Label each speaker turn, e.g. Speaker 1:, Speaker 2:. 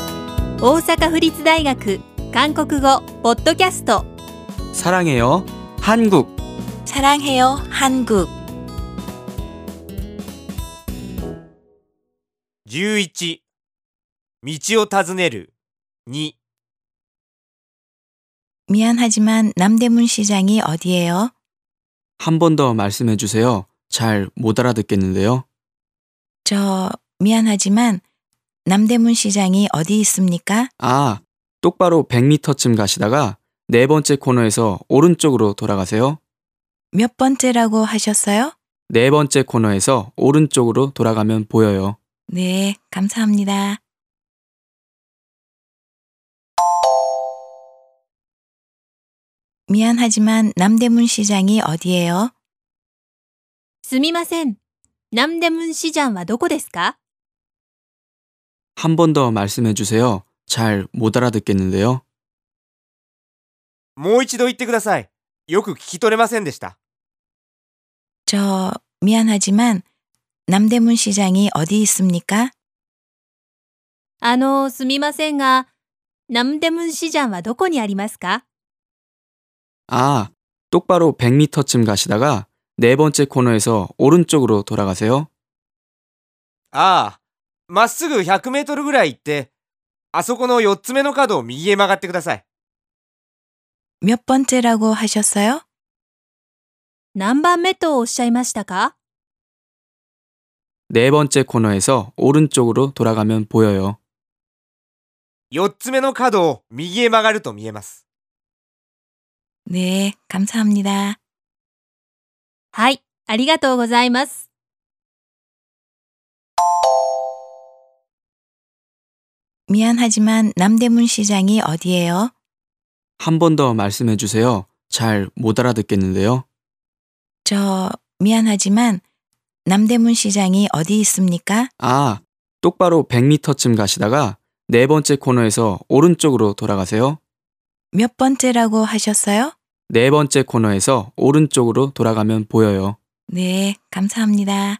Speaker 1: 大阪府立大学韓国語ポッドキャスト
Speaker 2: 사랑해요. 한국.
Speaker 3: 사랑해요 한국
Speaker 4: 11道を尋ねる2
Speaker 3: 미안하지만 남대문 시장이 어디예요?
Speaker 2: 한 번 더 말씀해 주세요. 잘 못 알아듣겠는데요.
Speaker 3: 저 미안하지만 남대문 시장이 어디 있습니까?
Speaker 2: 아, 똑바로 100m쯤 가시다가 네 번째 코너에서 오른쪽으로 돌아가세요.
Speaker 3: 몇 번째라고 하셨어요?
Speaker 2: 네 번째 코너에서 오른쪽으로 돌아가면 보여요.
Speaker 3: 네, 감사합니다. 미안하지만 남대문 시장이 어디예요?
Speaker 1: すみません南デムンシジャンはどこですか
Speaker 2: 한 번 더 말씀해 주세요. 잘 못 알아듣겠는데요.
Speaker 4: もう一度言ってくださいよく聞き取れませんでした
Speaker 3: 저 미안하지만 남대문 시장이 어디 있습니까?
Speaker 1: あのすみませんが南デムンシジャンはどこにありますか
Speaker 2: 아, 똑바로 100m쯤 가시다가 네 번째 코너에서 오른쪽으로 돌아가세요.
Speaker 4: ああまっすぐ100メートルぐらい行ってあそこの4つ目の角を右へ曲がってください
Speaker 3: 몇 번째라고 하셨어요?
Speaker 1: 何番目とおっしゃいましたか
Speaker 2: 네 번째 코너에서 오른쪽으로 돌아가면 보여요.
Speaker 4: 4つ目の角を右へ曲がると見えます
Speaker 3: 네, 감사합니다.
Speaker 1: はいありがとうございます
Speaker 3: 미안하지만 남대문 시장이 어디예요?
Speaker 2: 한 번 더 말씀해 주세요. 잘 못 알아듣겠는데요.
Speaker 3: 저 미안하지만 남대문 시장이 어디 있습니까?
Speaker 2: 아, 똑바로 100m쯤 가시다가 네 번째 코너에서 오른쪽으로 돌아가세요.
Speaker 3: 몇 번째라고 하셨어요?
Speaker 2: 네 번째 코너에서 오른쪽으로 돌아가면 보여요.
Speaker 3: 네, 감사합니다.